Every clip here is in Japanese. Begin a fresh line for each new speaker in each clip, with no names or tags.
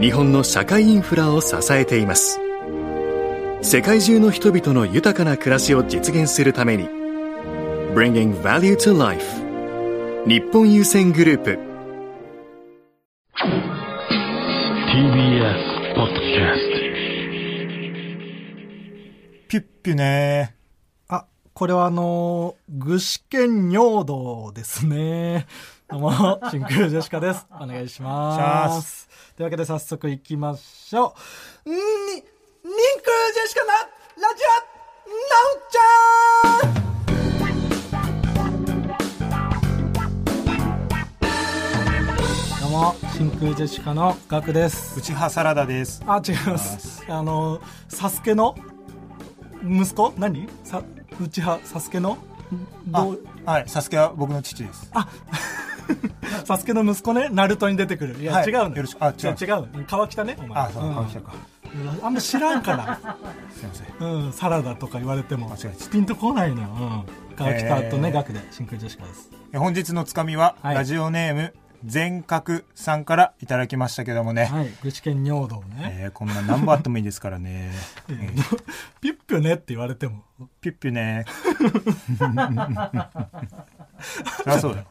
日本の社会インフラを支えています。世界中の人々の豊かな暮らしを実現するために、Bringing Value to Life 日本郵船グループ
TBS ポッドキャス
ピュッピュね。あ、これはあのー具志堅尿道です ね。どうも、真空ジェシカです。お願いします。
しま
というわけで早速行きましょう。んーに、真空ジェシカな、ラジオ、なおちゃんどうも、真空ジェシカのガクです。
内葉サラダです。
あ違いますあのサスケの息子何さ内葉サスケのどう
はい、サスケは僕の父です。
サスケの息子ねナルトに出てくるいや、
はい
違うの
よろしくあ
違う違う川北ねお前
あ、そう、
ん
川北か。
うんあんま知らんから、
すいません。
うん、サラダとか言われても
間違えちゃった
ピンとこないのよ、うん、川北とね、
えー
ガクで真空ジェシカです
え本日のつかみは、
はい
ラジオネーム、全角さんからいただきましたけどもね。
はい具志堅尿道ね、
えーこんな何本あってもいいですからね。えー
ピッピュねって言われても
ピュッピュ ね。そりゃそうだよ。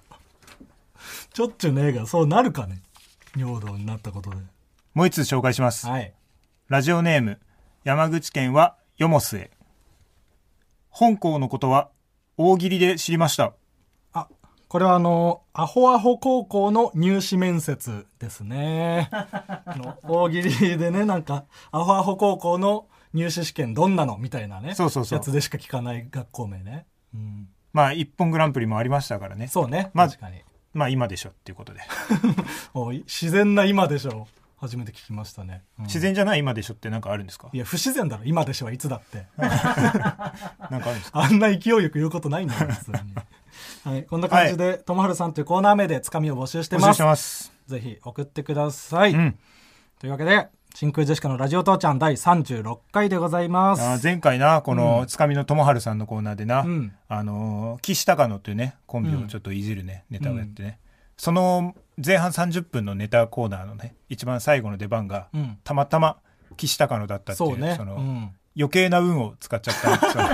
ちょっちゅうねえがそうなるかね尿道になったことで
もう一つ紹介します。
はい
ラジオネーム、山口県はよもすえ。本校のことは大喜利で知りました。
あ、これはあの、アホアホ高校の入試面接です ね。あの大喜利でね、なんか、アホアホ高校の入試試験どんなのみたいなね。
そうそうそう
やつでしか聞かない学校名ね。うん。
まあ、一本グランプリもありましたからね。
そうね。
まあ
確かに。
まあ、今でしょっていう ことで。
おい自然な今でしょう。初めて聞きましたね。うん
自然じゃない今でしょってなんかあるんですか
いや、不自然だろ。今でしょはいつだって。
なんかあるんですか
あんな勢いよく言うことないんだ よ、普通に。はい、こんな感じで、ともはるさんというコーナー名でつかみを募集して
募
ま
集
す
して。ます。
ぜひ送ってください。
うん
というわけで、真空ジェシカのラジオ父ちゃん第36回でございま
あー
す。
前回な、この、つかみのともはるさんのコーナーでな、
うん
あのー、岸高野というね、コンビをちょっといじるね、ネタをやってね、その前半30分のネタコーナーのね、一番最後の出番が、
うん
たまたま岸高野だったっていう、
そうね。
の、
うん
余計な運を使っちゃった。そ の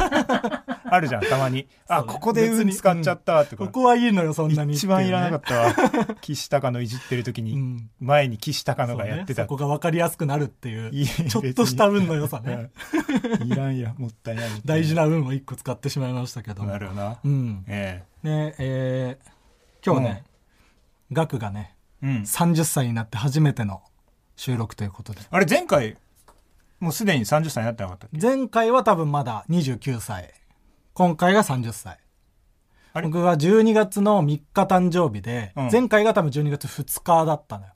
あるじゃん、たまに。あ、
そうね
ここで
別
運
に
使っちゃったってこ。
ことこはいいのよ、そんなに。
一番いらなか
っ
ったわ。 岸高野いじってる時
ていうね。う
に、
ん。
前に岸高
そ
野
う
がや
ね
ってたって
そこが分かりやすくなるっていう、
いや
ちょっとした運の良 さね。
いらんや、もったいない。
大事な運を一個使ってしまいましたけど。
なるよな
う。ん。
え
ねえー今日ね、ガクがね、
え。うん。
30歳になって初めての収録ということで。
あれ、前回、もうすでに30歳になってなかったっけ
前回は多分まだ29歳。今回が30歳。
あれ
僕は12月の3日誕生日で、
うん
前回が多分12月2日だったのよ。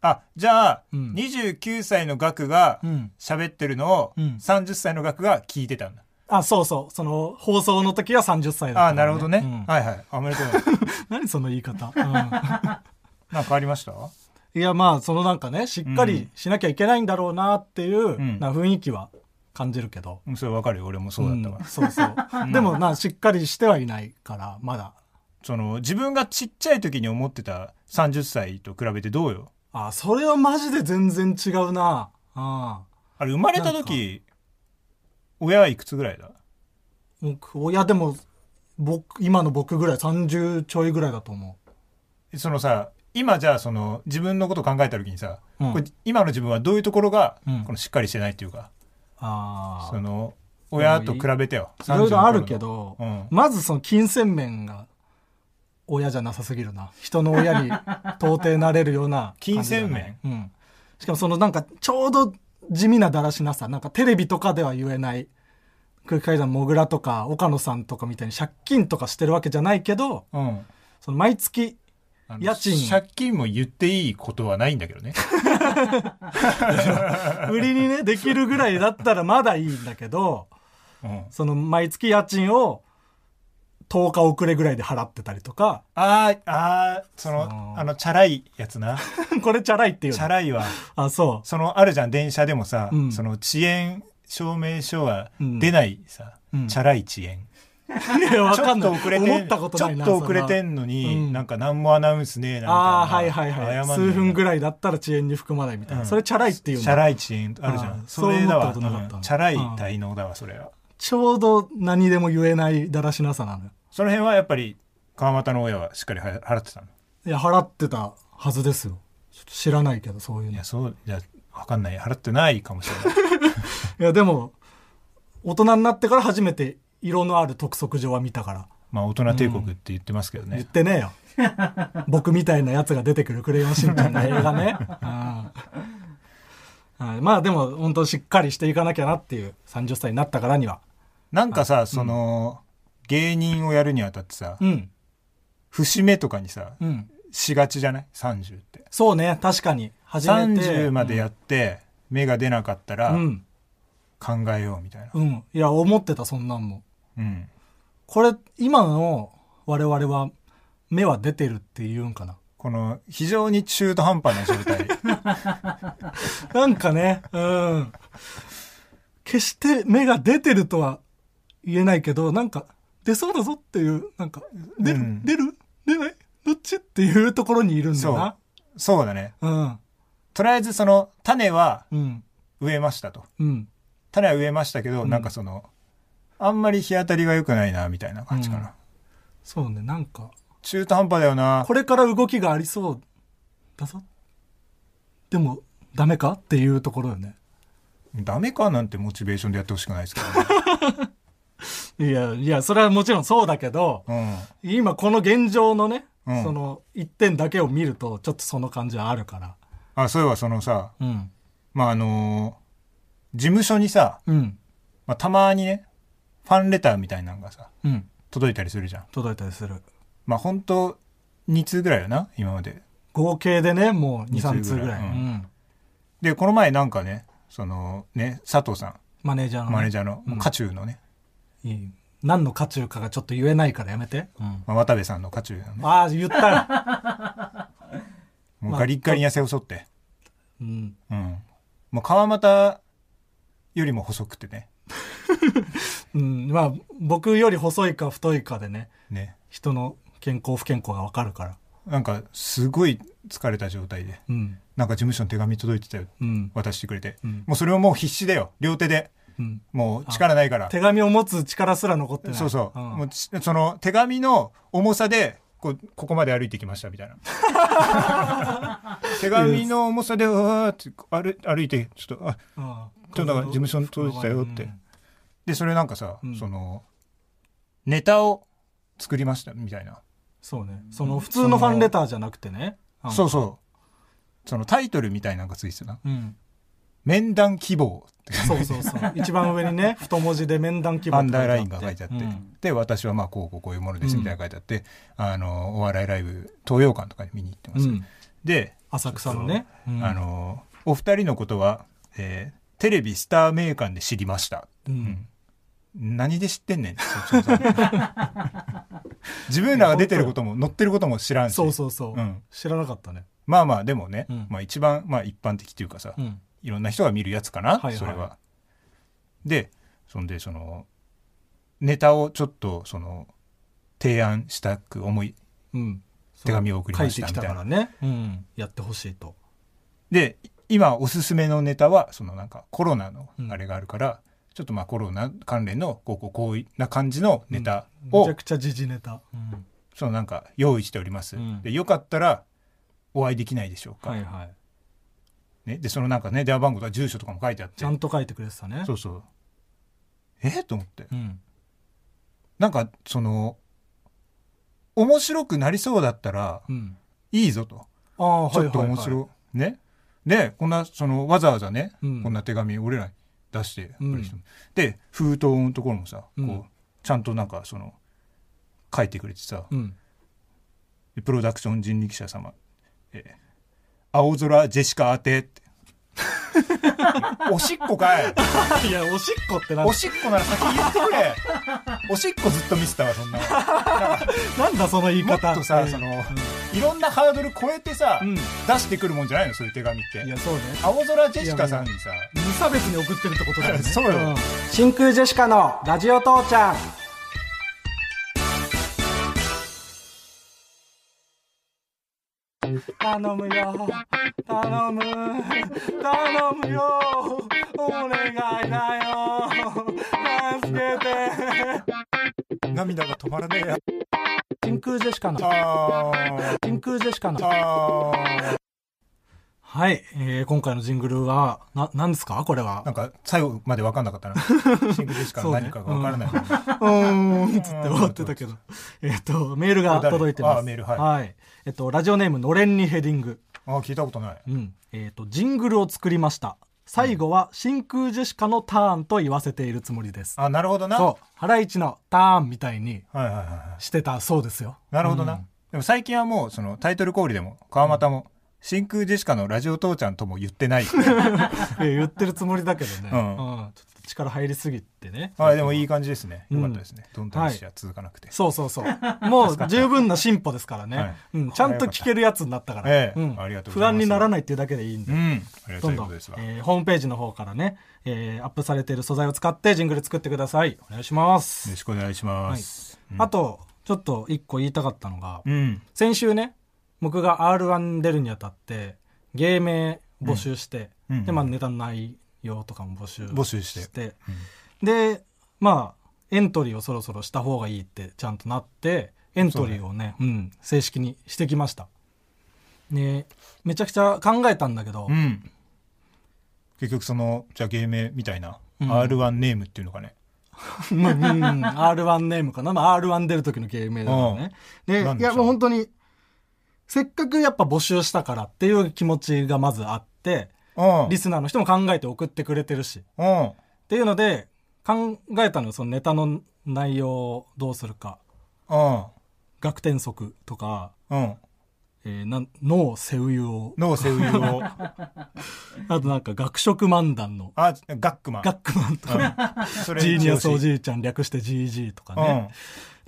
あ、じゃあ、
うん
29歳の額が
うん、
喋ってるのを、
うん
30歳の額が聞いてたんだ。
あ、そうそう。その、放送の時は30歳だったから、
あ、なるほどね。
うん
はいはい。あおめ でとう。
何その言い方。うん
なんかありました
いや、まあ、そのなんかね、しっかりしなきゃいけないんだろうなっていう、
うん
な雰囲気は感じるけど。
うんそれわかるよ。俺もそうだったわ
ん。そうそう。でも、まあ、しっかりしてはいないから、まだ。
その、自分がちっちゃい時に思ってた30歳と比べてどうよ。
あ、それはマジで全然違うな。うん。
あれ、生まれた時、親はいくつぐらいだ
僕、いやでも、僕、今の僕ぐらい、30ちょいぐらいだと思
そのさ今じゃあその自分のこと考えた時にさ、
うん
これ今の自分はどういうところが、
うん
このしっかりしてないっていうか
う。あ
その親と比べてよ
あ。いろいろあるけ
30の頃う
ど、
ん
まずその金銭面が、親じゃなさすぎるな。人の親に到底なれるような感じだね、
金銭面
うん。しかもそのなんか、ちょうど地味なだらしなさ。なんかテレビとかでは言えない。空気階段もぐらとか、岡野さんとかみたいに借金とかしてるわけじゃないけど、
のうん
その毎月
あの
家賃
借金も言っていいことはないんだけ どね。
売りにね、できるぐらいだったらまだいいんだけど、
うん、
その毎月家賃を10日遅れぐらいで払ってたりとか、
あーあーそ
そ
の
の
あのチャラいやつ な
これチャラいってい
チ
う
ャ
の。
ラいは
あ、そ
そのあるじゃん電車でもさ、
うん
その遅延証明書は出ないさ、
うん
チャラい遅延、
う。い や、わ
ちょ
かん
っ
ない。
と遅れて
思ったことないな。
ちょっと遅れて
ん
んのに、
うん
なんか何もアナウンスねえなみたいな
ああ、はいはいはい。数分ぐ
らい
らいだったら遅延に含まないみたいな。
うん
それチャラいっていう
チ
の。
ャラい遅延あるじゃ
うんん
それだわ
そう思ったことなかった
うんチャラい滞納だわそれは
ちょうど何でも言えないだらしなさなのよ。
その辺はやっぱり川俣の親はしっかり払払ってたの
いや、払ってたはずですよ。ちょっと知らないけど、そう
い
いうの。い
やそういやわかんない払ってないかもしれない
や、でも、大人になってから初めて色のある督促状は見たから。
まあ大人帝国って言ってますけどね、
言ってねえよ。僕みたいなやつが出てくるクレヨンしんちゃんの映画ね。ああまあでも本当しっかりしていかなきゃなっていう30歳になったからには。
なんかさその、芸人をやるにあたってさ、
うん。
節目とかにさ
うん。
しがちじゃない30って
そうね、確かに。初めて。
30までやって、目が出なかったら
うん。
考えようみたいな、
うん。いや、思ってた、そんなんも。
うん
これ、今の我々は、目は出てるって言うんかな。
この非常に中途半端な状 態
なんかね、うん。決して目が出てるとは言えないけど、なんか、出そうだぞっていう、なんか、出る、
うん
出る出ないどっちっていうところにいるんだよな。
そうだね
うん。
とりあえずその種は
うん。
植えましたと
うん。
種は植えましたけど、なんかそのあんまり日当たりが良くないなみたいな感じかな、
うんそうね、なんか、
中途半端だよな
これから動きがありそうだぞ。でも、ダメかっていうところよね。
ダメかなんてモチベーションでやってほしくないですけど ね、
いや、いや、それはもちろんそうだけど、
うん
今この現状のね、
うん
その一点だけを見ると、ちょっとその感じはあるから。
あそういえばそのさ
うん。
まああのー事務所にさ、
うん。
まあ、たまにねファンレターみたいなのがさ
うん。
届いたりするじゃん
届いたりする。
まあ本当2通ぐらいよな今まで
合計でね、もう2、3通ぐらい。
うん
うん
でこの前なんかねそのね佐藤さ
マネージャーの
ん
ね。
マネージャーの
うん
渦中のね、
いい何の渦中かがちょっと言えないからやめて。
まあ、渡部さんの渦中のね
ああ、言ったよ。
もう
まあ
ガリッガリに痩せ細って、
うん。
うんもう川又よりも細くてね
うん。まあ、僕より細いか太いかでね、
ね
人の健康不健康がわかるから。
なんかすごい疲れた状態で
うん。
なんか事務所の手紙届いてたよ
うん。
渡してくれて、
うん
もうそれをもう必死だよ両手で
うん。
もう力ないから
手紙を持つ力すら残ってない。
そうそう、
ん
もうちその手紙の重さでこうここまで歩いてきましたみたいな 手紙の重さでうわーって歩歩いてちょっとあ
あ
ちょっとなんか事務所に届いてたよって
うん
でそれなんかさ、
うん
そのネタを作りましたみたいな、
そうねその普通のファンレターじゃなくてね
そうそうそのタイトルみたいなのがついてたな
うん、うん、
「面談希望」って
そうそうそう一番上にね太文字で面談希望
ア
っ
ン
て書い
ダーラ
てあって
インが書いてあって、
うん
で私はまあこうこうこういうものです
うん
みたいなの書いてあって、あのお笑いライブ東洋館とかに見に行ってます、
うん
で
浅草のね、うん
あのお二人のことは、えーテレビスター名鑑で知りました。
うん
何で知ってんねんそっ ちのさ自分らが出てることも載ってることも知らんし
そうそうそう、
うん
知らなかったね、
まあまあでもね、
うん
まあ、一番、まあ、一般的というかさ、
うん
いろんな人が見るやつかな、
はいはい
それは。でそんでそのネタをちょっとその提案したく思い
うん、
手紙を送りました
書いてきたからね、うん、やってほしいと
で今おすすめのネタはそのなんかコロナのあれがあるから、ちょっとまあコロナ関連のこうこうこういな感じのネタ
め
を、
ちゃくちゃ時事ネタ、うん
そのなんか用意しております、
うん
でよかったらお会いできないでしょうか、
はいはい
ね、でそのなんかね電話番号とか住所とかも書いてあって
ちゃんと書いてくれてたね
そうそうえっと思って
うん
なんかその面白くなりそうだったら
うん、
いいぞと、
ああはい
ち
は
ょ
い、はい、
っと面白い、ねでこんなそのわざわざね、
うん
こんな手紙俺らに出して、
うん
で封筒のところもさ、
うん
こうちゃんとなんかその書いてくれてさ、
うん
プロダクション人力車様、えー青空ジェシカ宛て って。おしっこかい
いや、おしっこってなん
おしっこなら先言ってくれおしっこずっと見せたわそんなの
なんだその言い
もっ
方。
とさ、
うん
その、いろんなハードル超えてさ、
うん
出してくるもんじゃないのそういう手紙って
いや、そうね。
青空ジェシカさんにさ
無差別に送ってるってことだ よね。
そうよ
ん真空ジェシカのラジオ父ちゃん。頼むよ頼む頼むよお願いだよ助けて
涙が止まらねえや
真空ジェシカの
あー
真空ジェシカの
あ
はい、えー今回のジングルは、な、なんですかこれは
ーな。んか最後まで分かんなか ったなシングルジェシカの何かが分からない、
うーん、つって終わってたけど。えっと、メールが届いてます。
あメールはい
えっと、ラジオネームのれんにヘディング。
あー聞いたことない
うん。えっと、ジングルを作りました。最後は真空ジェシカのターンと言わせているつもりです。
あなるほどな
そう。ハライチのターンみたいに
はいはいはいはい
してたそうですよ。
なるほどな、でも最近はもうそのタイトルコールでも川又も、真空ジェシカのラジオ父ちゃんとも言って ない
いや言ってるつもりだけどね。
うん
うん。ちょっと力入りすぎてね。
あでもいい感じですね
うん
よかったですね、どんどん話は続かなくて、
そうそうそう。もう十分な進歩ですからね。
はい
うん、ちゃんと聞けるやつになったから。
ええ
ん
ありがとうご
不
ざいます
安にならないっていうだけでいいん
う
で。
んありが
ど
た
ん
い
ど
こ
ん
とですわ、
えーホームページの方からね、えーアップされている素材を使ってジングル作ってください。お願いしま
よ
す。
ろしくお願いします、うん
あと、ちょっと一個言いたかったのが、
うん
先週ね、僕が R1 出るにあたって、芸名募集して、
うんうん
で、まあネタの内容とかも募集
募集して
してでまあエントリーをそろそろした方がいいってちゃんとなってエントリーをねうん、正式にしてきましたねめちゃくちゃ考えたんだけど、
うん結局そのじゃあ芸名みたいな、
うん
R1 ネームっていうのかね
うん、R1 ネームかな、まあ、R1 出る時の芸名だからねで
なん
い
でしょう
やもう本当にせっかくやっぱ募集したからっていう気持ちがまずあって
うん
リスナーの人も考えて送ってくれてるしっ
うん
ていうので考えたのよそのネタの内容をどうするか
うん
学天則とか
うん
えー、なん脳背浮遊を
のセウユ を
あとなんか学食漫談の
あガックマン
学区マンとか、
そ
ジーニアスお
い
じいちゃん略して GG とかね、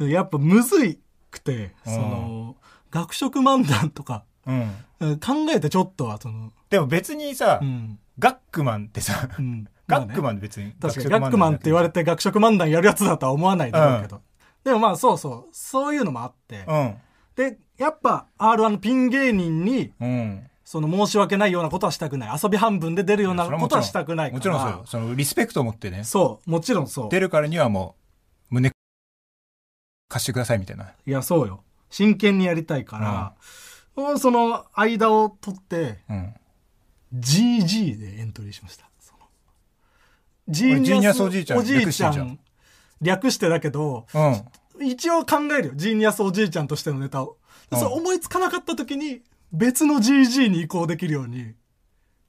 でやっぱむずいくてその、学食漫談とか
うん、うん、
うん考えてちょっとはその
でも別にさ、
うん
ガックマンってさ
うん
ガックマ
ン
ン別に
確かに学区マンって言われて学食漫談やるやつだとは思わないだろうけど、でもまあそうそうそういうのもあって、でやっぱ r 1のピン芸人に
うんうん
その申し訳ないようなことはしたくない遊び半分で出るような
それも
ことはしたくないから
もちろんそうよそのリスペクトを持ってね
そう、もちろんそう。
出るからにはもう胸貸してくださいみたいない
や、そうよ。真剣にやりたいから、もうその間を取って、
うん、
GG でエントリーしました。そのジ
れジーニアス
お
お
じ
じ
い
い
ち
ち
ゃ
ゃ
ん。
ん
略してだけど、
うん、
一応考えるよ。ジーニアスおじいちゃんとしてのネタを。で
うん
そう思いつかなかった時に、別の GG に移行できるように、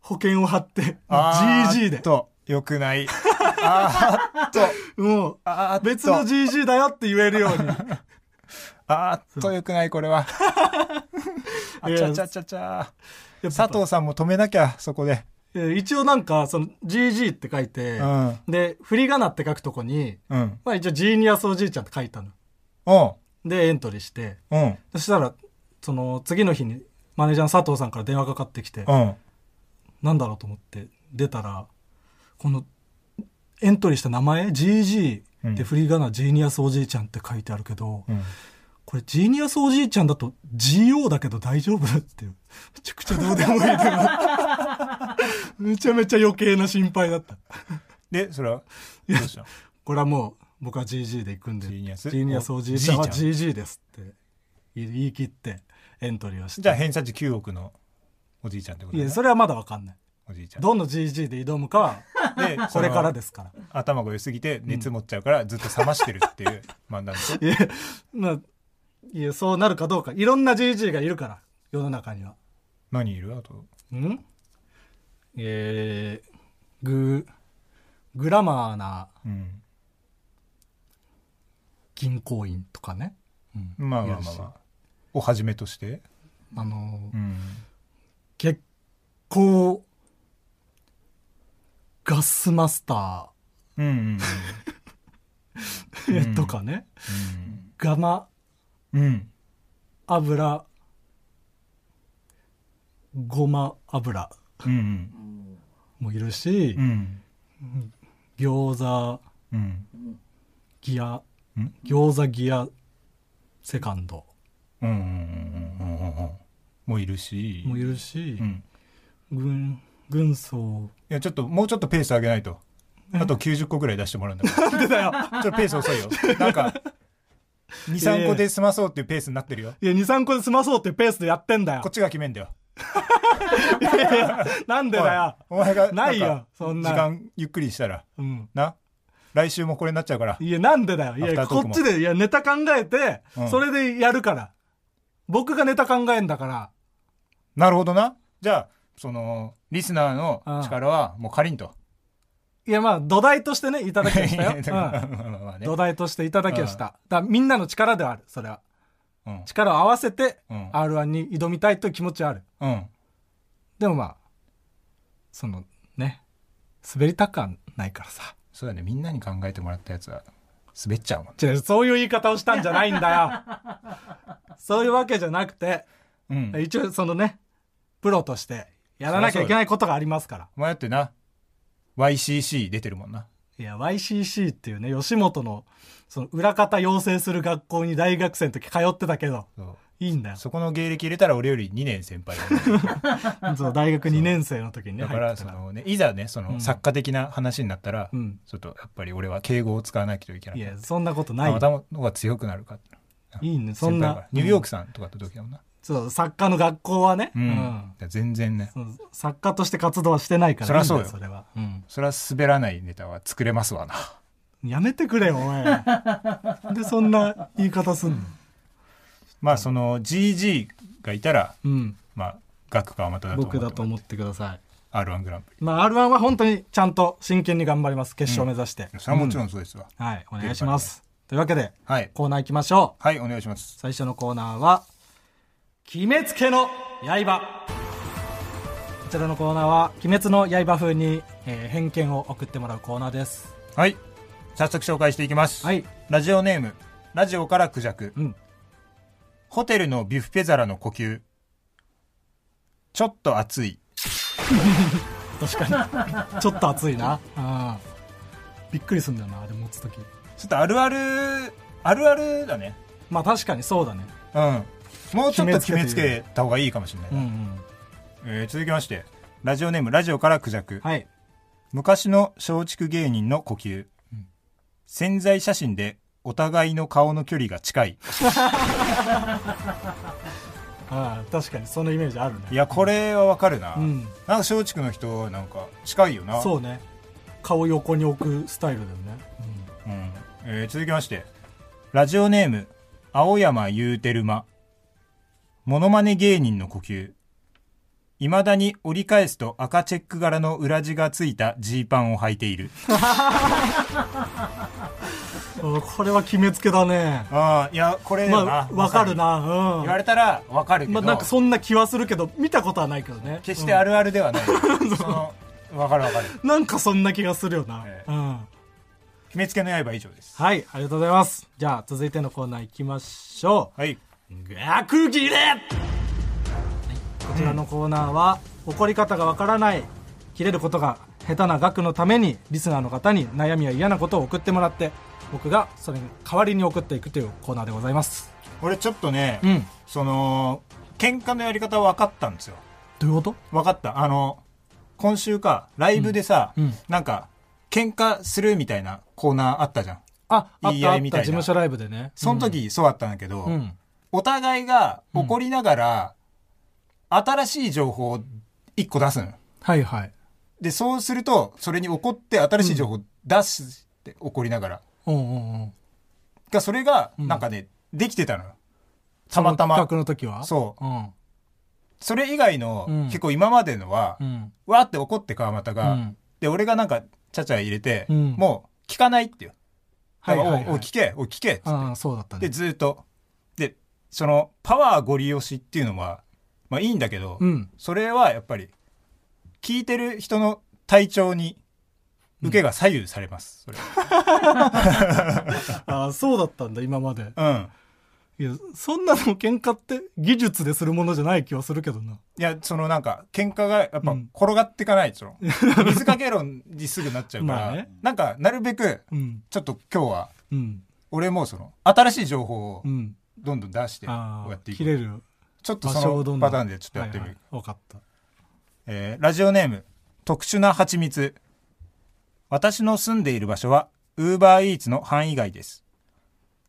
保険を張って、
あー
GG
っ
で。
とよくないあーっと
もう、
あーっと
別の GG だよって言えるように。
あーっとよくないこれ はあちゃちゃちゃちゃ
やっぱ
佐藤さんも止めなきゃそこで
えー一応なんか、その、GG って書いて、
うん
で、振り仮名って書くとこに、
うん
まあ一応ジーニアスおじいちゃんって書いたの。
うん
で、エントリーして、
うん
そしたら、その、次の日に、マネージャーの佐藤さんから電話かかってきて、
うん
なんだろうと思って、出たら、この、エントリーした名前 ?GG
うん
で振り仮名ジーニアスおじいちゃんって書いてあるけど、
うん
これジーニアスおじいちゃんだと GO だけど大丈夫っていう。めちゃくちゃどうでもいい電話めちゃめちゃ余計な心配だった。
でそれはどうしたの
これはもう僕は GG で行くんで
ジーニアス
ジーニアスおじいちゃんは
おじ
GG ですって言い切ってエントリーをして
じゃあ偏差値9億のおじいちゃんってこと
い
だ
や
ね
それはまだわかんない
おじいちゃん
どの GG で挑むか は
で
これから
で
ですから
頭が良すぎて熱持っちゃうからずっと冷ましてるっていう漫談でしょ
いや,、まあ、いやそうなるかどうかいろんな GG がいるから世の中には
何いるあと
うんえー、ググラマーな
うん
銀行員とかね
まあまあまあ
いるし
まをはじめとして、
あの
うん、
結構ガスマスタ
うんうん
ー とかね、ガマ
うんうん
油ごま油
うんうん
もいるし、
うん
餃子
うん
ギア
ん
餃子ギアセカンド
うんうんうんうんうんうんもいるし
もいるし
う、ん
軍軍曹
いやちょっともうちょっとペース上げないとあと90個ぐらい出してもらうんだからちょっとペース遅いよなんか23個で済まそうっていうペースになってるよ
いや23個で済まそうってペースでやってんだよ
こっちが決めんだよ
なんでだよ
おいお前がんか
ないよそんな
時間ゆっくりしたら
うん
な来週もこれになっちゃうから
いやなんでだよ
ア
い
フタ
や
ートー
こ
ク
っ
も
ちでいやネタ考えて、
うん
それでやるから僕がネタ考えんだから
なるほどなじゃあそのリスナーの力はもう借りんと
いやまあ土台としてねいただきました
い
よ
や、いや
うん
まあまあまあね
土台としていただきはした、だからみんなの力ではあるそれは
うん
力を合わせて
うん
r 1に挑みたいという気持ちはある
うん
でもまあそのね滑りたくはないからさ
そうだねみんなに考えてもらったやつは滑っちゃうもん
違うそういう言い方をしたんじゃないんだ よそういうわけじゃなくて
うん
一応そのねプロとしてやらなきゃいけないことがありますから
お前だってな YCC 出てるもんない
や YCC っていうね吉本のその裏方養成する学校に大学生の時通ってたけど
そう
い いんだよ
そこの芸歴入れたら俺より2年先輩だ,、
そう大学2年生の時にね
だか
入っ
ら
て
そ
たから
の、ね、いざねその、
うん
作家的な話になったら、
うん
ちょっとやっぱり俺は敬語を使わなきゃいけないい
やそんなことないよ
頭の方が強くなるかって
いいねそん
先輩だか
な
らニューヨー
ク
クさんとかと時だもんな
そう作家の学校はね、
うん、だから全然ね
うんそう作家として活動はしてないから
そりゃそうよ
いいんだそれは、うん
それは滑らないネタは作れますわな
やめてくれよ、お い。なんで、そんな言い方すんの
まあその GG がいたら
うん。
まあ額かはまただと思
僕
って
だと思ってください。
r 1グランプ
まあ、R1 は本当にちゃんと真剣に頑張ります。決勝目指して。
リそれはもちろんそうですわ、
うんはい、お願いします。というわけで、
はい
コーナー行きましょう。
はいお願いします
最初のコーナーは、鬼滅家の刃。こちらのコーナーは、鬼滅の刃風に、えー偏見を送ってもらうコーナーです。
はい早速紹介していきます、
はい。
ラジオネームラジオからクジャク
うん。
ホテルのビュッフェ皿の呼吸ちょっと熱い
確かに。ちょっと熱いな。うん。びっくりすんだよな、あれ持つとき。
ちょっとあるあるあるあるだね
まあ確かにそうだね。
うんもうちょっと
決
決
め
め
つ
つ
けて
けた方がいいかもしれない
うん
な、
うん。
えー続きましてラジオネームラジオからクジャク
はい。
昔の松竹芸人の呼吸、潜在写真でお互いの顔の距離が近い
ああ、確かにそのイメージある
い
ね。
やこれはわかるな、
うん。
なんか松竹の人なんか近いよな
そうね。顔横に置くスタイルだよね。
うんえー続きましてラジオネーム青山ゆうてるまモノマネ芸人の呼吸いまだに折り返すと赤チェック柄の裏地がついたジーパンを履いている
うん、これは決めつけだね。
ああいやこれだよな
まあ、わかる
ま
な。
さ
う
に
ん。
言われたらわかるけ
ま
ど、
あ、なんかそんな気はするけど、見たことはないけどね。
決してあるあるではない、そのわかるわかる
うんなんかそんな気がするよな。
ええ
うん。はい、
決めつけの刃以上です
ありがとうございます。じゃあ、続いてのコーナー行きましょ。
はいう
逆切れ、はい、こちらのコーナーは、怒り方がわからない、切れることが下手な額のために、リスナーの方に悩みや嫌なことを送ってもらって、僕がそれに代わりに送っていくというコーナーでございます。
俺ちょっとね、
うん。
その喧嘩のやり方分かったんですよ
どういうこと
分かったあの今週かライブでさ、
うんうん
なんか喧嘩するみたいなコーナーあったじゃん
あ、あっ
言い
たあ
合
っ
い
た、事
みたいな
務所ライブでね。
その時そうだったんだけど、
うん、うん。
お互いが怒りながら、新しい情報を一個出すの
はいはい。
でそうするとそれに怒って新しい情報を出して怒りながら、
うんうんうん。
がそれが
うん
なんかね、できてたのよたまた
そ
ま
の企画の時は。
そう
うん。
それ以外の、
うん
結構今までのは
う、ん。
わーって怒って川又
う
が、
ん。
で俺がなんかちゃちゃ入れて、
うん
もう聞かないっていう、
はいはいはい
だからおお聞けお聞けっつって
ああ、そうだったね。
でずーっとでそのパワーご利用しっていうのは、まあいいんだけど、
うん。
それはやっぱり、聞いてる人の体調に、受けが左右されます。それ
ああ、そうだったんだ、今まで。
うん。
いや、そんなの喧嘩って技術でするものじゃない気はするけどな。
いや、そのなんか、喧嘩がやっぱ
うん
転がっていかない、 その、水かけ論にすぐなっちゃうか
まあ
ら
ね、
なんか、なるべく、
うん。
ちょっと今日は、
うん。
俺もその、新しい情報を
うん。
どんどん出して、こ
あ
うや
あ
って、い
切
く。
れる
ちょっと
場所
そ
をど
の
んど
パ
ん。
ターンでちょっとやってみる。
分かった。
えーラジオネーム、特殊な蜂蜜。私の住んでいる場所は、ウーバーイーツの範囲外です。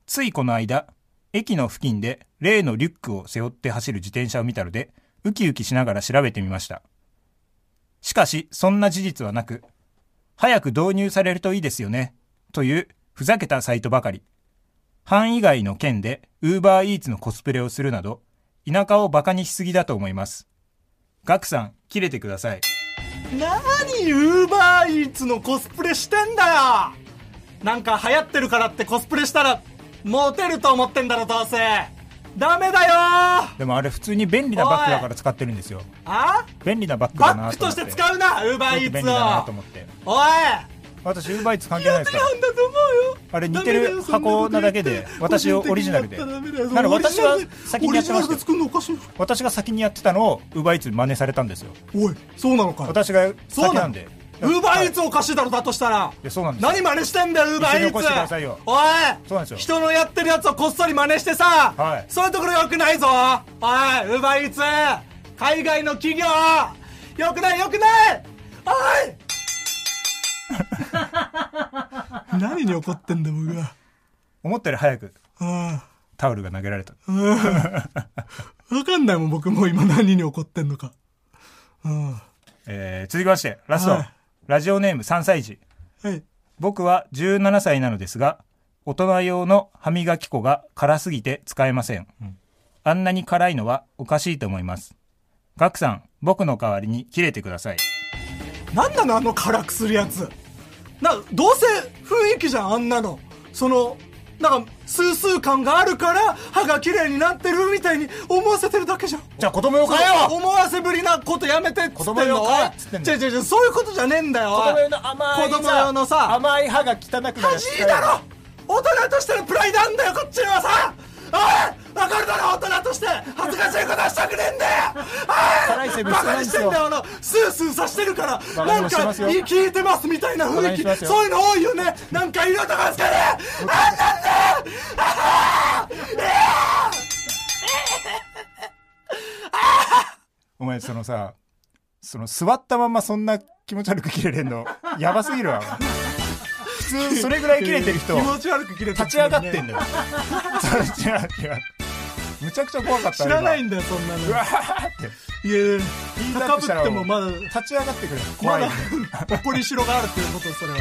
ついこの間、駅の付近で例のリュックを背負って走る自転車を見たので、ウキウキしながら調べてみました。しかし、そんな事実はなく、早く導入されるといいですよね、というふざけたサイトばかり。範囲外の県でウーバーイーツのコスプレをするなど、田舎をバカにしすぎだと思います。ガクさん、切れてください。
なにウーバーイーツのコスプレしてんだよなんか流行ってるからってコスプレしたらモテると思ってんだろどうせダメだよー
でもあれ普通に便利なバッグだから使ってるんですよ。
あ
便利なバッグだ
バ
な
ッグ
と
と
思っ。
してて使うなウーバー
す
イ
ごく便利
ーツ
だなと
を
思って。
おい
私、ウーバーイーツ関係ないですから。
なんだと思うよ
あれ似てる箱なだけで、私をオリジナルで。だから私は先にやってましたよ。
作るのおかしい
私が先にやってたのをウーバーイーツ真似されたんですよ。
おいそうなのか
私が
そう
先
な
なんん
で
で。
ウーバーイーツ
はい
おかしいだろだとしたら
いや、そうなんですよ
何真似してんだよウーバーイ
一緒に起こしてくだ
ー
さいよ
ツおい
そうなんですよ
人のやってるやつをこっそり真似してさ、
はい
そういうところよくないぞおいウーバーイーツ海外の企業よくないよくないおい何に怒ってんだ僕は
思ったより早く
あ
タオルが投げられた。
あ分かんないもん僕もう今何に怒ってんのかあ
えー続きまして、ラスト
はい。
ラジオネーム3歳児。
あはい
僕は17歳なのですが大人用の歯磨き粉が辛すぎて使えません、あんなに辛いのはおかしいと思いますガクさん僕の代わりに切れてください
なんなのあの辛くするやつなどうせ雰囲気じゃんあんなのそのなんかスースー感があるから歯が綺麗になってるみたいに思わせてるだけじゃん
じゃあ子供用
その思わせぶりなことやめてっつってんの
子供用かよっつってんの
違う違う違うそういうことじゃねえんだよおい子供用のさ
甘い歯が汚くな
恥いいだろ大人としてのプライドあんだよこっちにはさおいわかるだろ大人として恥ずかしいことはしたくねえんだよ
辛い
おい
生
バ
物
カにしてんだよあのスースーさしてるから
バカ
な
にも
んか
してますよ
聞いてますみたいな
バカ
雰囲
に
気
しますよ
そういうの多いよねなんかいるとかですかねあんなんだよ
お前そのさその座ったままそんな気持ち悪く切れれんのやばすぎるわ普通それぐらい切れてる人
気持ち悪く切れて
立ち上がってんだよそう違う違うむちゃくちゃ怖かった
知らない
ん
んだよそんなの
うわーって
いや
ピンタッ
高
プ
ぶ
し
った
ら
てもまだ
立ち上がってくれ
ま
怖い
だ
んで、
怒りしろがあるっていうこと、それは。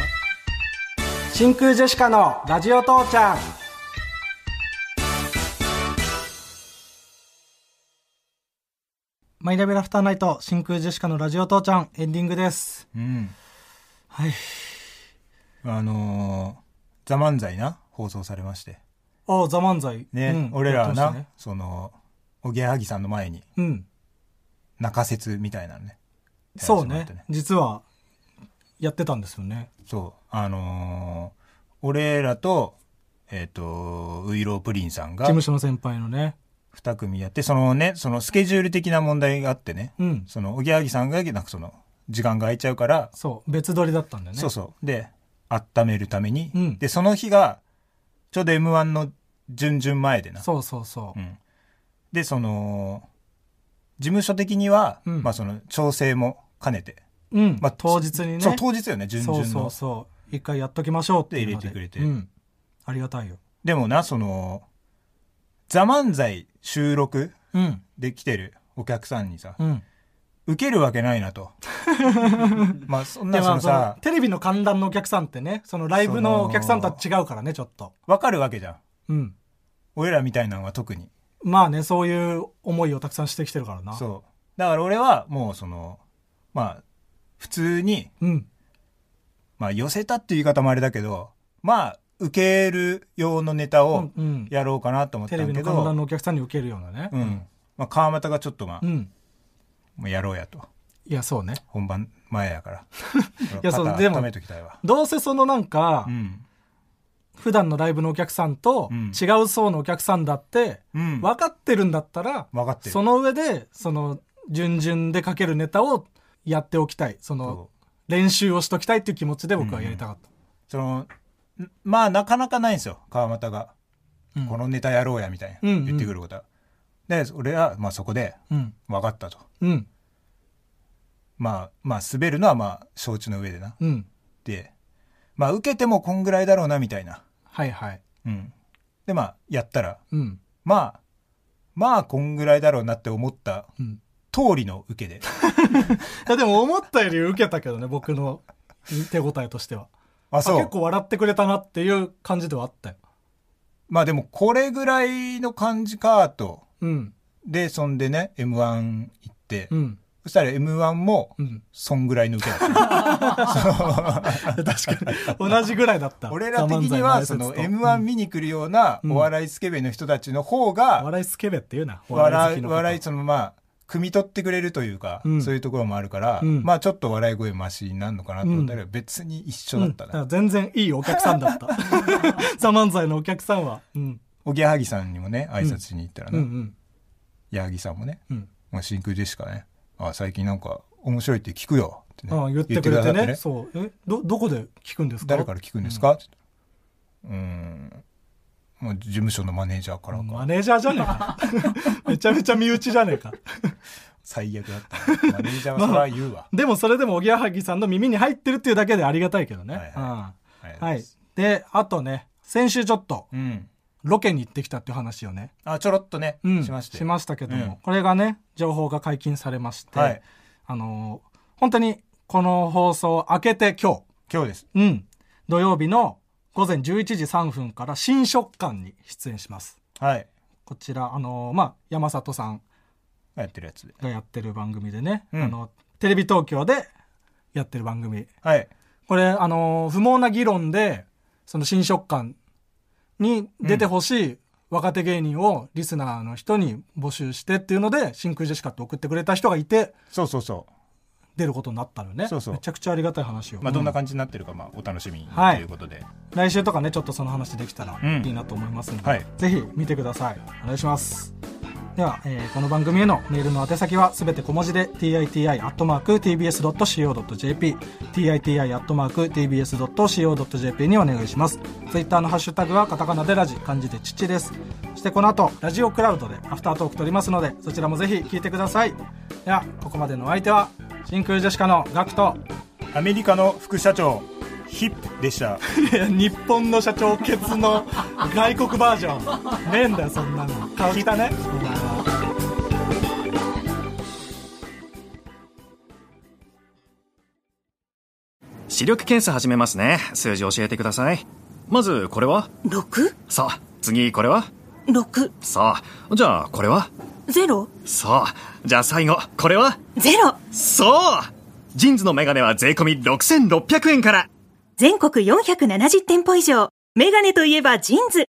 真空ジェシカのラジオ父ちゃん。マイラビラフターナイト、真空ジェシカのラジオ父ちゃん、エンディングです。
うん
はい。
あのー「ザ漫才な放送されまして
ああ、ザ・漫才。
ね、
うん
俺ら
や
は
ってま
な、
したね
そのおぎやはぎさんの前に
うん。
中説みたいなのね
そう
やら
ね
せてもらってね。
実は、やってたんですよね。
そうあのー俺らとえっ、とウイロープリンさん
事
が
務所の先輩のね。
2組やってそのねそのスケジュール的な問題があってね、
うん。
そのおぎやはぎさんがなんかその時間が空いちゃうから
そう。別撮りだったんだよね。
そうそう。で、温めるために。
うん
で、その日が、ちょうど M1 の準々前でな。
そうそうそう
うん。で、その、事務所的には、
うん
まあその、調整も兼ねて。
うん、
まあ
当日にね
そう、当日よね、準々
そ
の。
うそうそう一回やっときましょうっていうので
で入れてくれて
うん、ありがたいよ
でもな、その、ザ・漫才収録
うん
で来てるお客さんにさ、
うん
受けるわけないな と。まあそん
で
なそ
まあ
の
その
さ、
テレビの観覧のお客さんってねそのライブのお客さんとは違うからねちょっと
わかるわけじゃん。
うん
俺らみたいなのは特に。
まあねそういう思いをたくさんしてきてるからなう
そう。だから俺はもうその、まあ、普通に、
ん
まあ寄せたっていう言い方もあれだけど、まあ、受ける用のネタを
うんうん
やろうかなと思った
テレ
ん
ビ
け
の
ど、
観覧のお客さんに受けるようなね。
うん。まあ、川又がちょっとまあ、
うん。
もうやろうやと。
いや、そうね。
本番前やから。
いやそう
肩
でも
温めときたいわ。
どうせそのなんか、
うん。
普段のライブのお客さんと
うん
違う層のお客さんだって、
うん。
分かってるんだったら、
分かってる
その上で、その、順々で書けるネタをやっておきたい。そ
そ、
の練習をしときたいっていう気持ちで僕はやりたかった。
その、んまあ、なかなかないんですよ、川又が。
うん
このネタやろうや、みたいな、
うんうん
言ってくることは。で、俺は、まあそこで、
うん。
分かったと。
うん。
まあ、まあ、滑るのはまあ、承知の上でな。
うん。
で、まあ、受けてもこんぐらいだろうな、みたいな。
はいはい。
うん。で、まあ、やったら、
うん。
まあ、まあ、こんぐらいだろうなって思った
うん。
通りの受けで。
いや、でも思ったより受けたけどね、僕の手応えとしては。
あ、
あ
そう。
結構笑ってくれたなっていう感じではあったよ。
まあでも、これぐらいの感じか、と。
うん。
で、そんでね、M1 行って、
うん。
そしたら M1 も
う、ん。
そんぐらいの受けだった。
確かに。同じぐらいだった。
俺ら的には、その M1 見に来るような
うん
お笑いスケベの人たちの方
お
が、
笑いスケベっていうな。
笑
好き
い、
のこと
笑い、そのまあ、汲み取ってくれるというか、
うん
そういうところもあるから、
うん
まあちょっと笑い声マシになるのかなと思ったら、別に一緒だった
う
な。
ん全然いいお客さんだ った。ザ・漫才のお客さんは。うん。
おぎやはぎさんにもね、挨拶しに行ったら
うんう
ね、
ん。
矢作さんもね、
うん。
まあ、真空ジェシカね、あ最近なんか面白いって聞くよってね
ああ言ってくれて
ださっ
ね。そう。え、ど、どこで聞くんですか
誰から聞くんですか、って言ったらうーん、まあ、事務所のマネージャーからか、
マネージャーじゃね えか。めちゃめちゃ身内じゃねえか。
最悪だ ったなマネージャーはそれは言うわ
でもそれでもおぎやはぎさんの耳に入ってるっていうだけでありがたいけどね。
はいはい
うん
ありがとうござ
はい
ま
い
す。
で、あとね、先週ちょっと
うん
ロケに行ってきたっていう話をね、
あちょろっとね、
うん
しまして
けども、
うん
これがね、情報が解禁されまして、
はい
あのー本当にこの放送を明けて今
今日です
日、うん、土曜日の午前11時3分から新食感に出演します。
はい
こちら、あのーまあ、山里さん
やってるやつで
がやってる番組でね、
うん
あの、テレビ東京でやってる番組
はい
これ、あのー不毛な議論で、その新食感に出てほしい若手芸人をリスナーの人に募集してっていうので、真空ジェシカって送ってくれた人がいて、
そうそうそ
出ることになったのね。
そうそう
めちゃくちゃありがたい話を。
うまあどんな
うん
感じになってるか、まあお楽しみにと
はい
いうことで、
来週とかね、ちょっとその話できたら
うん
いいなと思いますので、
はい
ぜひ見てください。お願いします。では、えーこの番組へのメールの宛先はすべて小文字で titi.tbs.co.jp titi.tbs.co.jp にお願いしますツイッターのハッシュタグはカタカナでラジ漢字で父ですそしてこの後ラジオクラウドでアフタートーク撮りますのでそちらもぜひ聞いてくださいではここまでのお相手は真空ジェシカのガクト
アメリカの副社長ヒップでした
日本の社長ケツの外国バージョンねえんだよそんなの顔汚ね
視力検査始めますね数字教えてくださいまずこれは
6?6?
さあ次これはさあじゃあこれは
ゼロ
さあじゃあ最後これは
ゼロ
そうジーンズのメガネは税込6600円から
全国470店舗以上。メガネといえばジーンズ。